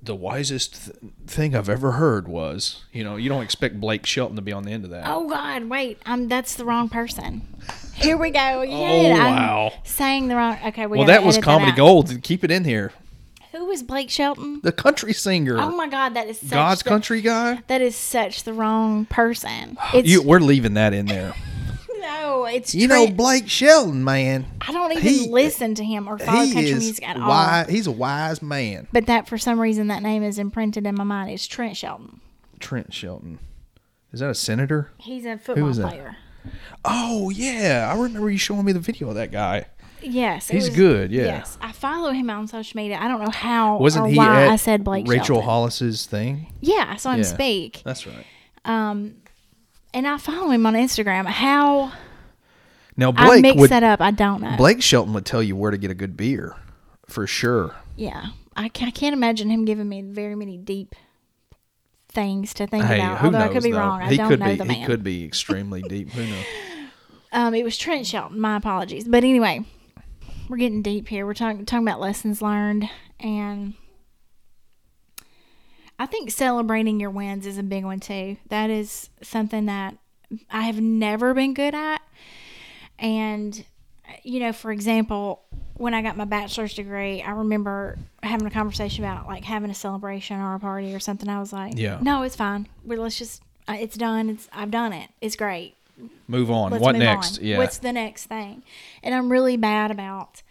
[SPEAKER 2] the wisest th- thing I've ever heard was, you know, you don't expect Blake Shelton to be on the end of that.
[SPEAKER 1] Oh God, wait, um, that's the wrong person. Here we go again.
[SPEAKER 2] Oh,
[SPEAKER 1] I'm
[SPEAKER 2] wow.
[SPEAKER 1] saying the wrong. Okay, we
[SPEAKER 2] well,
[SPEAKER 1] gotta
[SPEAKER 2] that was
[SPEAKER 1] edit
[SPEAKER 2] comedy
[SPEAKER 1] out.
[SPEAKER 2] gold. Keep it in here.
[SPEAKER 1] Who was Blake Shelton?
[SPEAKER 2] The country singer,
[SPEAKER 1] Oh my God, that is such
[SPEAKER 2] God's
[SPEAKER 1] the-
[SPEAKER 2] country guy.
[SPEAKER 1] That is such the wrong person. It's
[SPEAKER 2] You, we're leaving that in there.
[SPEAKER 1] no, it's
[SPEAKER 2] You know,
[SPEAKER 1] Trent-
[SPEAKER 2] Blake Shelton, man.
[SPEAKER 1] I don't even
[SPEAKER 2] he-
[SPEAKER 1] listen to him or follow
[SPEAKER 2] he
[SPEAKER 1] country
[SPEAKER 2] is
[SPEAKER 1] music at all.
[SPEAKER 2] wise. He's a wise man.
[SPEAKER 1] But that for some reason that name is imprinted in my mind. It's Trent Shelton.
[SPEAKER 2] Trent Shelton. Is that a senator?
[SPEAKER 1] He's a football
[SPEAKER 2] is that?
[SPEAKER 1] player.
[SPEAKER 2] Oh yeah, I remember you showing me the video of that guy.
[SPEAKER 1] Yes, it
[SPEAKER 2] He's good, yeah.
[SPEAKER 1] Yes, I follow him on social media. I don't know how
[SPEAKER 2] Wasn't
[SPEAKER 1] or
[SPEAKER 2] he
[SPEAKER 1] why
[SPEAKER 2] at
[SPEAKER 1] I said Blake
[SPEAKER 2] Rachel
[SPEAKER 1] Shelton.
[SPEAKER 2] Hollis's thing?
[SPEAKER 1] Yeah, I saw him
[SPEAKER 2] Yeah.
[SPEAKER 1] speak.
[SPEAKER 2] That's right.
[SPEAKER 1] and I follow him on Instagram. How
[SPEAKER 2] Now
[SPEAKER 1] I
[SPEAKER 2] Blake
[SPEAKER 1] mix
[SPEAKER 2] would
[SPEAKER 1] that up, I don't know.
[SPEAKER 2] Blake Shelton would tell you where to get a good beer, for sure.
[SPEAKER 1] yeah, I, ca- I can't imagine him giving me very many deep things to think
[SPEAKER 2] Hey,
[SPEAKER 1] about.
[SPEAKER 2] who
[SPEAKER 1] Although
[SPEAKER 2] knows?
[SPEAKER 1] I could be
[SPEAKER 2] though?
[SPEAKER 1] wrong. I
[SPEAKER 2] he
[SPEAKER 1] don't
[SPEAKER 2] could
[SPEAKER 1] know
[SPEAKER 2] be.
[SPEAKER 1] the
[SPEAKER 2] He
[SPEAKER 1] man.
[SPEAKER 2] could be extremely deep. Who knows?
[SPEAKER 1] Um, it was Trent Shelton. My apologies. But anyway, we're getting deep here. We're talking talking about lessons learned, and I think celebrating your wins is a big one too. That is something that I have never been good at, and you know, for example, when I got my bachelor's degree, I remember having a conversation about like having a celebration or a party or something. I was like,
[SPEAKER 2] Yeah.
[SPEAKER 1] no, it's fine. We let's just uh, it's done. It's I've done it. It's great
[SPEAKER 2] Move on.
[SPEAKER 1] let's
[SPEAKER 2] what
[SPEAKER 1] move
[SPEAKER 2] next?
[SPEAKER 1] on.
[SPEAKER 2] Yeah.
[SPEAKER 1] What's the next thing? And I'm really bad about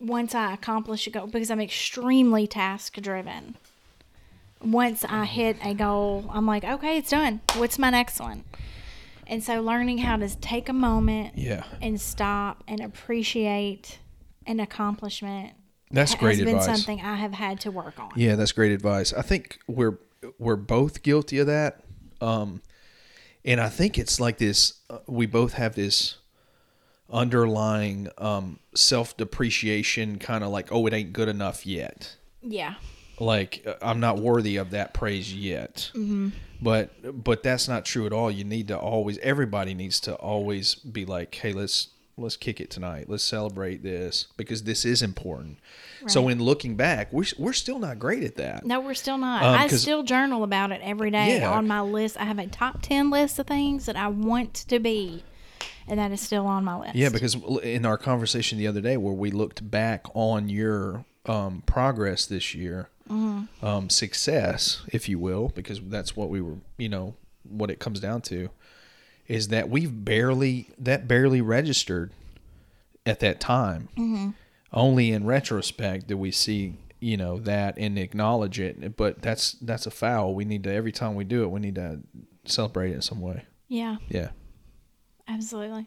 [SPEAKER 1] once I accomplish a goal because I'm extremely task driven. Once I hit a goal, I'm like, okay, it's done. What's my next one? And so learning how to take a moment
[SPEAKER 2] yeah.
[SPEAKER 1] and stop and appreciate an accomplishment
[SPEAKER 2] That's
[SPEAKER 1] has
[SPEAKER 2] great
[SPEAKER 1] been
[SPEAKER 2] advice.
[SPEAKER 1] something I have had to work on.
[SPEAKER 2] Yeah, that's great advice. I think we're we're both guilty of that. Um and I think it's like this uh, we both have this underlying um self-depreciation kind of like oh it ain't good enough yet.
[SPEAKER 1] Yeah.
[SPEAKER 2] Like uh, I'm not worthy of that praise yet. But but that's not true at all. You need to always everybody needs to always be like hey, let's let's kick it tonight. Let's celebrate this because this is important. So in looking back, we're we're still not great at that.
[SPEAKER 1] No, we're still not.
[SPEAKER 2] Um,
[SPEAKER 1] I
[SPEAKER 2] 'cause-
[SPEAKER 1] still journal about it every day
[SPEAKER 2] Yeah.
[SPEAKER 1] on my list. I have a top 10 list of things that I want to be, and that is still on my list.
[SPEAKER 2] Yeah, because l- in our conversation the other day, where we looked back on your um, progress this year, um, success, if you will, because that's what we were, you know, what it comes down to, is that we've barely that barely registered at that time. Only in retrospect do we see you know that and acknowledge it. But that's that's a foul. We need to every time we do it, we need to celebrate it in some way.
[SPEAKER 1] Yeah,
[SPEAKER 2] Yeah.
[SPEAKER 1] absolutely.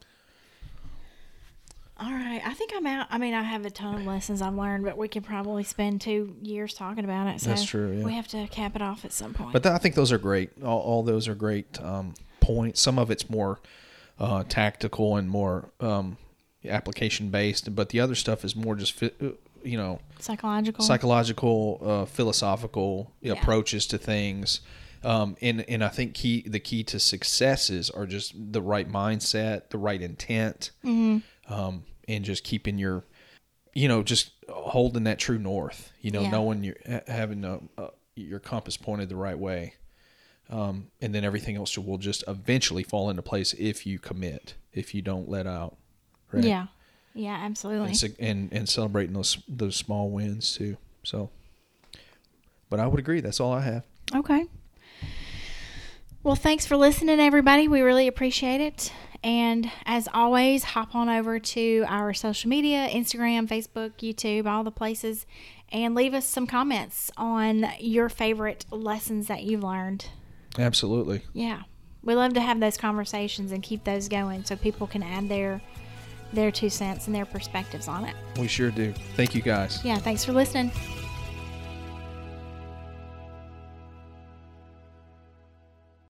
[SPEAKER 1] All right, I think I'm out. I mean, I have a ton of lessons I've learned, but we could probably spend two years talking about it. So
[SPEAKER 2] That's true, yeah.
[SPEAKER 1] We have to cap it off at some point.
[SPEAKER 2] But th- I think those are great. All, all those are great um, points. Some of it's more uh, tactical and more um, application based, but the other stuff is more just fi- uh, you know
[SPEAKER 1] Psychological.
[SPEAKER 2] psychological, uh, philosophical approaches to things. Um, and and I think key the key to successes are just the right mindset, the right intent,
[SPEAKER 1] Mm-hmm.
[SPEAKER 2] um, and just keeping your, you know, just holding that true north. You know,
[SPEAKER 1] Yeah.
[SPEAKER 2] knowing you having a, a, your compass pointed the right way, um, and then everything else will just eventually fall into place if you commit, if you don't let out. Right?
[SPEAKER 1] Yeah, yeah, absolutely.
[SPEAKER 2] and, se- and and celebrating those those small wins too. So, but I would agree. That's all I have.
[SPEAKER 1] Okay. Well, thanks for listening, everybody. We really appreciate it. And as always, hop on over to our social media Instagram, Facebook, YouTube, all the places, and leave us some comments on your favorite lessons that you've learned.
[SPEAKER 2] Absolutely.
[SPEAKER 1] Yeah. We love to have those conversations and keep those going so people can add their their two cents and their perspectives on it.
[SPEAKER 2] We sure do. Thank you guys.
[SPEAKER 1] Yeah, thanks for listening.